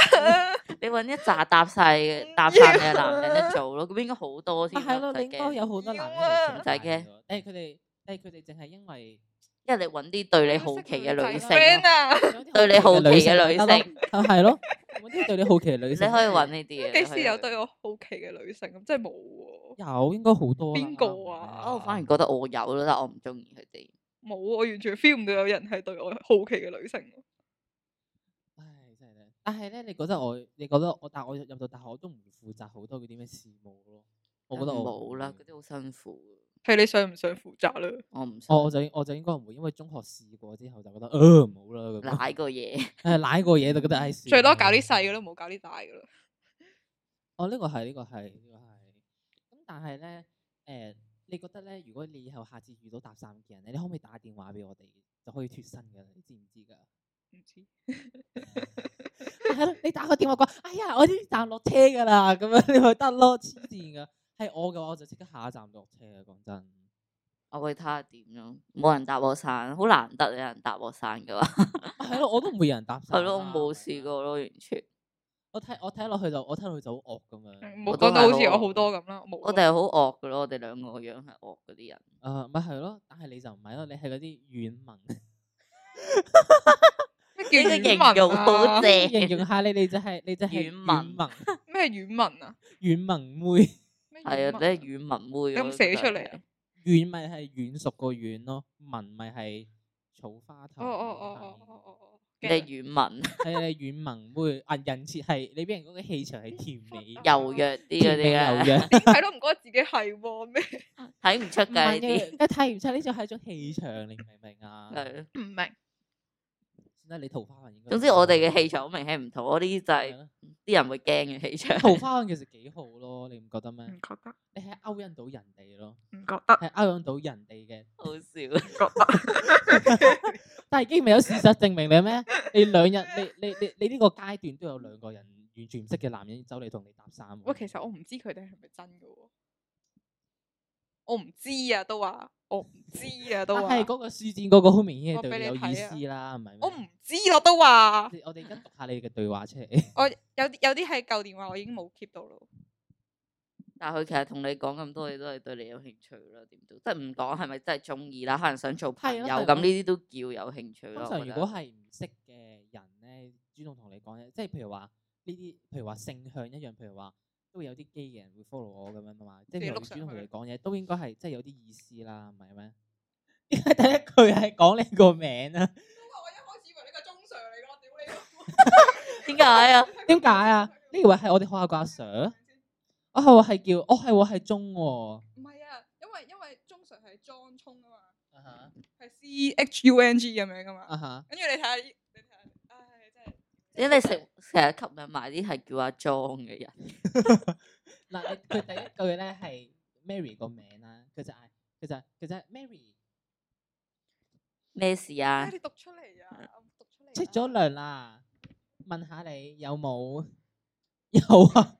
你揾一紮搭晒 嘅搭散你嘅男人一做咯，咁應該好多 先
咪
啊
係咯，
得
你應該
嘅。
有好多男人
唔
嚟
使驚
嘅，但係佢哋但係佢哋淨係因為
因為你揾啲對你好奇嘅女
識
性
女仔
咯
friend 啊，
有啲
對你好奇嘅女
就得咯，啊係咯，揾啲對你好奇嘅女
啊你
性，
可以揾呢啲嘢。
幾
你可以
時有
搵
對我好奇嘅女性咁？真係冇喎，
有應該好多啦。
邊個啊
哦我反而覺得我有咯，但我唔中意佢哋。
冇啊！我完全 feel 唔到有人係對我好奇嘅女性。
唉，真係咧。但係咧，你覺得我，你覺得我，但我入到大學我都唔負責好多嗰啲咩事務咯。哦我覺得我嗯唔
冇啦，
會
嗰啲好辛苦，
係你想唔想負責啦？
我唔想
我我就我就應該唔會，因為中學試過之後就覺得，呃唔好啦咁樣。
舐個嘢。
誒奶過嘢就覺得唉，
最多搞
算啦
啲細嘅啦，冇搞啲大嘅啦。
哦，呢個係呢個係呢個係。咁但係咧，誒，你覺得咧，如果你以後下次遇到搭訕嘅人咧，你可唔可以打電話俾我哋，就可以脱身㗎啦？你知唔知㗎？
唔知
係咯，你打個電話講，哎呀，我呢站落車㗎啦，咁樣你咪得咯，黐線㗎。係我嘅話，我就即刻下一站落車啊！講真，
我會睇下點咯，冇人搭我傘，好難得有人搭我傘 嘅話，
係咯，我都唔會有人搭訕啦。
係咯，我冇
係
試
啊
過咯，完全。
我睇我睇落去就我睇落去就好惡咁樣。
唔
我
好
都
嗯講到好似
係
我
好
好多咁啦，冇啊。
我哋係好惡嘅咯，我哋兩個個樣係惡嗰啲人。
誒咪啊係咯，但係你就唔係咯，你係嗰啲軟文。
咩叫
呢個形
軟
容
文
好
啊？
形
正，
容下你，你就係你就係
軟
軟
萌
萌
咩軟文啊？
軟萌妹，
咩
係
軟
啊，
文
你係語文妹。我
咁
都覺
寫出
得
嚟
係
啊
軟咪係軟熟個軟咯，文咪係草花頭。
哦哦哦哦哦哦哦，
你
驚
係
啦
語文
係你軟萌妹啊，人設係你俾人嗰個氣場係甜美，
柔弱啲嗰
甜美
啲
柔
啊，
弱，
係咯，唔覺得自己係喎咩？
睇唔出㗎
唔
呢
係
啲。
嘅，你睇唔出呢種係一種氣場，你明唔明啊？
係咯
唔明，
真算啦，你桃花運應該。
總之我哋嘅氣場好明顯唔同，我呢啲就
係
係
咯
啲人會驚嘅氣 場。
桃花運其實幾好咯，你唔覺得咩
唔？
嗯
覺得，
你係勾引到人哋咯，
唔覺得，
係勾引到人哋嘅，
好笑，
唔覺得。
但係已經未有事實證明你咩？你兩日你你你你呢個階段都有兩個人完全唔識嘅男人走嚟同你搭訕喎。
喂，其實我唔知佢哋係咪真嘅喎，我唔知啊，都話我唔知啊，都話
係嗰個書展嗰個好明顯係
我
對
俾
你
你
有意
睇啊
思啦，唔係咩？
我唔知咯，都話
你我哋而家讀下你嘅對話出嚟。
我有啲有啲係舊電話，我已經冇 keep 到咯。
但係佢其實同你講咁多嘢都係對你有興趣咯，點都即係唔講係咪真係中意啦，可能想做朋
係
友
咯
咁
係咯
呢啲都叫有興趣 咯。
通
我
常
覺得
如果係唔識嘅人咧，主動同你講嘢，即係譬如話呢啲，譬如話性向一樣，譬如話都會有啲基嘅人會 follow 我咁樣啊嘛，即
自
係
己
譬如
碌
主
上
動同
去
你講嘢，都應該係即係有啲意思啦，唔係咩？點 解第一句係講你個名啊？
我一開始以為你個中 Sir 嚟噶，屌你
點解啊？
點解啊？你以為係我哋學校個阿 Sir？我係喎哦係叫，我係喎係中喎。
唔係啊，因為因為中 Sir 係 John 沖啊嘛，係 C H U N G 咁樣噶
啊
嘛。
哈！
跟住你睇下呢，你睇下，唉真係。
點解你成成日吸引埋啲係叫阿莊嘅人？
嗱，你佢第一句咧係 Mary 個名啦，佢就嗌佢就佢就係 Mary
咩事
唉
啊？
你讀出嚟啊！我讀出嚟啊。
出咗糧啦，問下你有冇？ 有啊，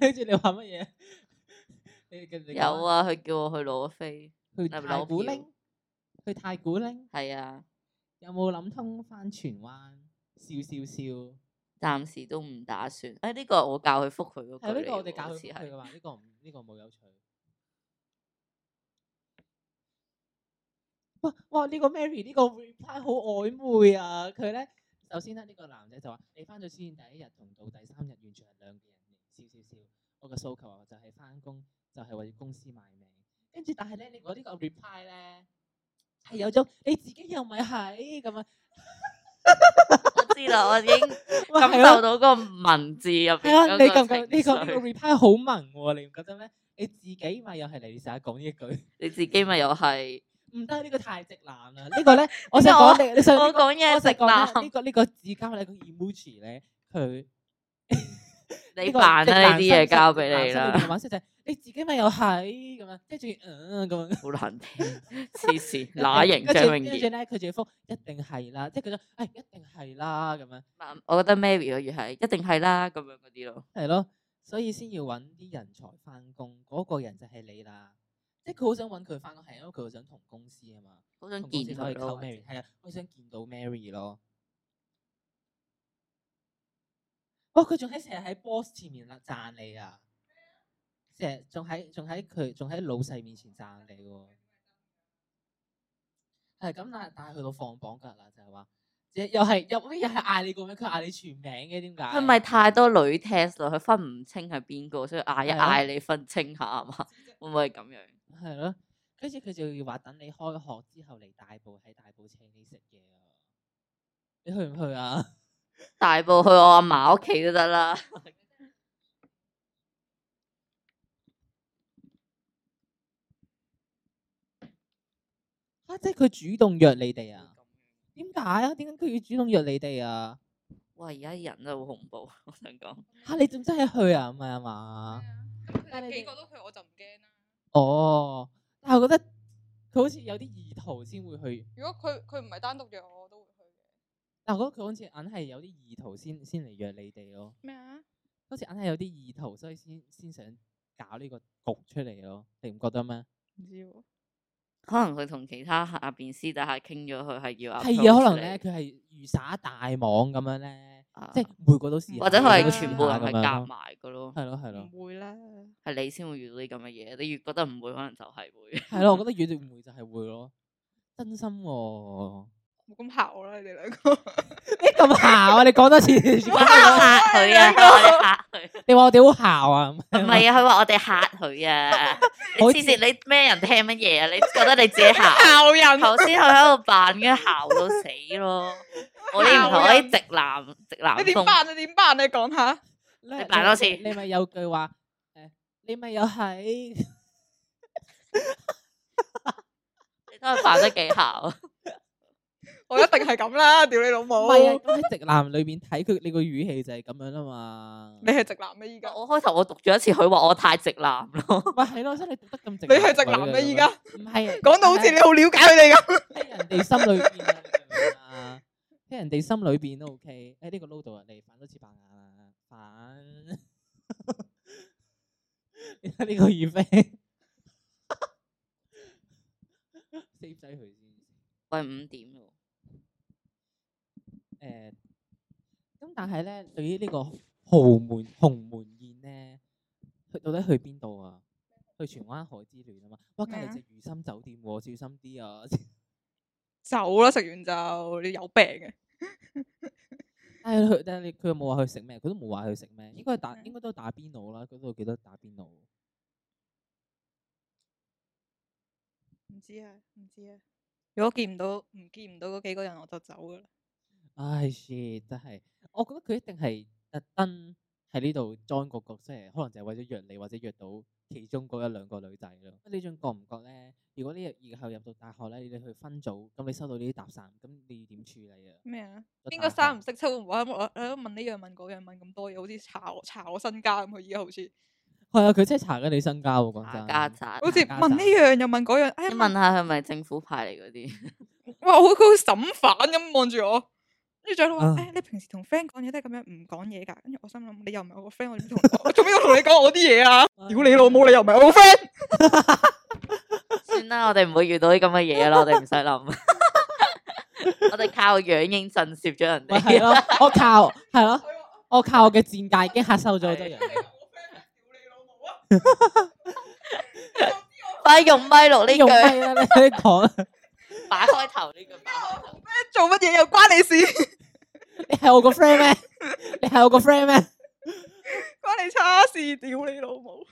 跟住你話乜嘢？你你你
有，啊，佢叫我去攞飛，
你
係
講
咪
啊去太
攞
古
票
嶺，去太古嶺
係啊，
有冇諗通翻荃灣？笑笑笑。
暫時都唔打算。誒、呢、個我教佢覆佢嗰個
係呢個我哋教
好
佢
似
佢
係
嘅話，呢個唔呢個冇有趣。哇哇！呢、個 Mary 呢個 reply 好曖昧啊！佢咧首先咧呢、個男仔就話：你翻咗先第一日同到第三日完全係兩個人嚟，笑笑笑。我嘅訴求啊就係翻工，就係、為公司賣命。跟住但係咧，你我呢個 reply 咧係有種你自己又咪係 咁啊？
我知啦，我已經
哇
感
係咯
受到個文字入邊
係啊，
嗰
你覺
個
唔覺
情
得呢個呢個
緒
reply 好萌喎、你唔覺得咩？你自己咪又係嚟，你成日講呢一句。
你自己咪又係
唔得，呢個太直男啦！呢個咧，我想
我
講你，你想
我講嘢
我想
直
講
男
呢，個呢個至交呢個 emoji 咧，佢
你扮啦呢啲嘢交俾你
男生
啦，
玩色就係你自己咪又係咁樣，跟住嗯咁樣。
好難聽，黐 線，乸型
跟住
張永
跟住
傑。
咧，佢仲要覆一定係啦，即係佢就誒一定係啦咁樣，
我覺得 Mary 嗰月係一定係啦咁樣嗰啲咯，
係咯，所以先要揾啲人才翻工，嗰個人就係你啦。即係佢好想揾佢翻工，係因為佢好想同公司啊嘛。
好想
同
見
公司可
佢
以溝
咯。
Mary，係啊，我想見到 Mary 咯。哇！哦佢仲喺成日喺 boss 前面啦讚你啊，成日仲喺仲喺佢仲喺老細面前讚你喎。係咁，但係但係去到放榜㗎啦，就係話，又又係又又係嗌你個名，佢嗌你全名嘅點解？
佢咪太多女 test 咯，佢分唔清係邊個，所以嗌一
係啊
嗌你分清下啊嘛， 會唔會係咁樣？
係咯，跟住佢就要話等你開學之後嚟大埔喺大埔請你食嘢啊！你去唔去啊？
大埔去我阿嫲屋企都得啦。
啊！即係佢主動約你哋啊？點解啊？點解佢要主動約你哋啊？
哇！而家啲人真係好恐怖，我想講。
吓、你仲真係去啊？唔係啊嘛？
啊但係幾個都去，我就唔驚啦。
哦，但係我覺得佢好似有啲意圖先會去，
如果佢佢唔係單獨約我，我都會去嘅。
但係我覺得佢好似硬係有啲意圖先先嚟約你哋咯，
咩啊？
好似硬係有啲意圖，所以先先想搞呢個局出嚟咯，你唔覺得咩？
唔知喎。
可能佢同其他下邊私底下傾咗，佢係要
係啊，可
approach
能咧
你
佢係如撒大網咁樣咧，
啊
即係每個都試，
或者佢係
啊
全部人
係
係夾，埋嘅咯，
係咯係咯。
唔會啦，
係你先會遇到啲咁嘅嘢。你越覺得唔會，可能就係會。
係咯，我覺得越唔會就係會咯，真心喎、
冇咁嚇我啦，你哋兩個。
你咁姣啊！你講多次，
嚇 佢啊！嚇佢，
你話我哋好姣啊？
唔係啊！佢話我哋嚇佢啊！ 你
好
黐線，你咩人聽乜嘢啊？你覺得你自己嚇？
鬧人
頭先佢喺度扮嘅姣到死咯！我啲唔同，我
姣人
啲直男直男
你點啊
風。
辦？你點辦？你講下。
你
你扮多次
你咪有句話誒，你咪又係
你睇佢扮得幾姣啊！
我一定係咁 啦，屌你老
唔
母！
係啊，咁喺直男裏面睇佢，你個語氣就係咁樣啦嘛。
你係直男咩？依家
我開頭我讀咗一次，佢話我太直男咯。
喂係咯，真係讀得咁直。
你係直男咩？依家
唔係啊
講到好似你好了解佢哋咁。
喺人哋心裏邊啊你明唔明啊，喺人哋心裏邊都 OK。誒呢個 load 到人哋反都似白眼啦，反。你睇呢個宇飛，save 低佢 先。
喂，五點咯，
誒，咁但係咧，對於呢個豪門鴻門宴咧，去到底去邊度啊？去荃灣海之戀啊嘛！哇，隔
咩啊
離只魚心酒店喎，小心啲啊！
走啦，食完就你有病嘅。
但係佢，但係你佢有冇話佢食咩？佢都冇話佢食咩，應該係打，
嗯
應該都打邊爐啦。嗰度記得打邊爐。
唔知啊，唔知啊。如果見唔到唔見唔到嗰幾個人，我就走噶啦。
唉，shit！真係，我覺得佢一定係特登喺呢度裝個角色，可能就係為咗約你，或者約到其中嗰一兩個女仔咯。你仲覺唔覺咧？如果呢日以後入到大學咧，你哋去分組，咁你收到呢啲搭訕，咁你要點處理啊？
咩啊？
個
邊
大
個三
學
唔識七，會唔會喺度喺度問呢樣問嗰樣問咁多嘢，好似查我查我身家咁。佢依家好似
係啊，佢真係查緊你身家喎，講
下
真。啊
家宅。
好似
家
問
宅
呢樣又問嗰樣，哎呀
你問下佢係咪政府派嚟嗰啲？
哇！好佢好似審犯咁望住我，跟住長老話：，誒、哎
啊
你平時同 friend 講嘢都係咁樣唔講嘢㗎。跟住我心諗，你又唔係我個 friend，我點同你講 我做咩要同你講我啲嘢啊？ 屌你老母，你又唔係我個 friend。
算啦，我哋唔會遇到啲咁嘅嘢咯，我哋唔使 諗。我哋靠樣已經震懾咗人
咪係
哋。
咯，我靠，係咯，
啊
我靠我嘅戰界已經嚇收咗好多人。
啊
快用咪錄呢
用
句，
咩啦？你你講啊！
擺開頭呢句。擺開頭
做乜嘢又關你事，
你係我個 friend 咩？你係我個 friend 咩？
關你叉事，屌你老母！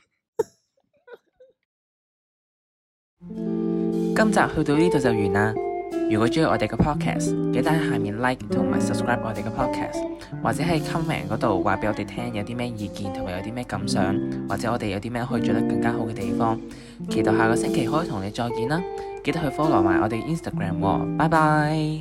今集去到呢度就完啦。如果中意我哋嘅 podcast，記得喺下面 like 同埋 subscribe 我哋嘅 podcast，或者喺 comment 嗰度話俾我哋聽有啲咩意見同埋有啲咩感想，或者我哋有啲咩可以做得更加好嘅地方。期待下個星期可以同你再見啦！記得去 follow 埋我哋 Instagram 喎，拜拜。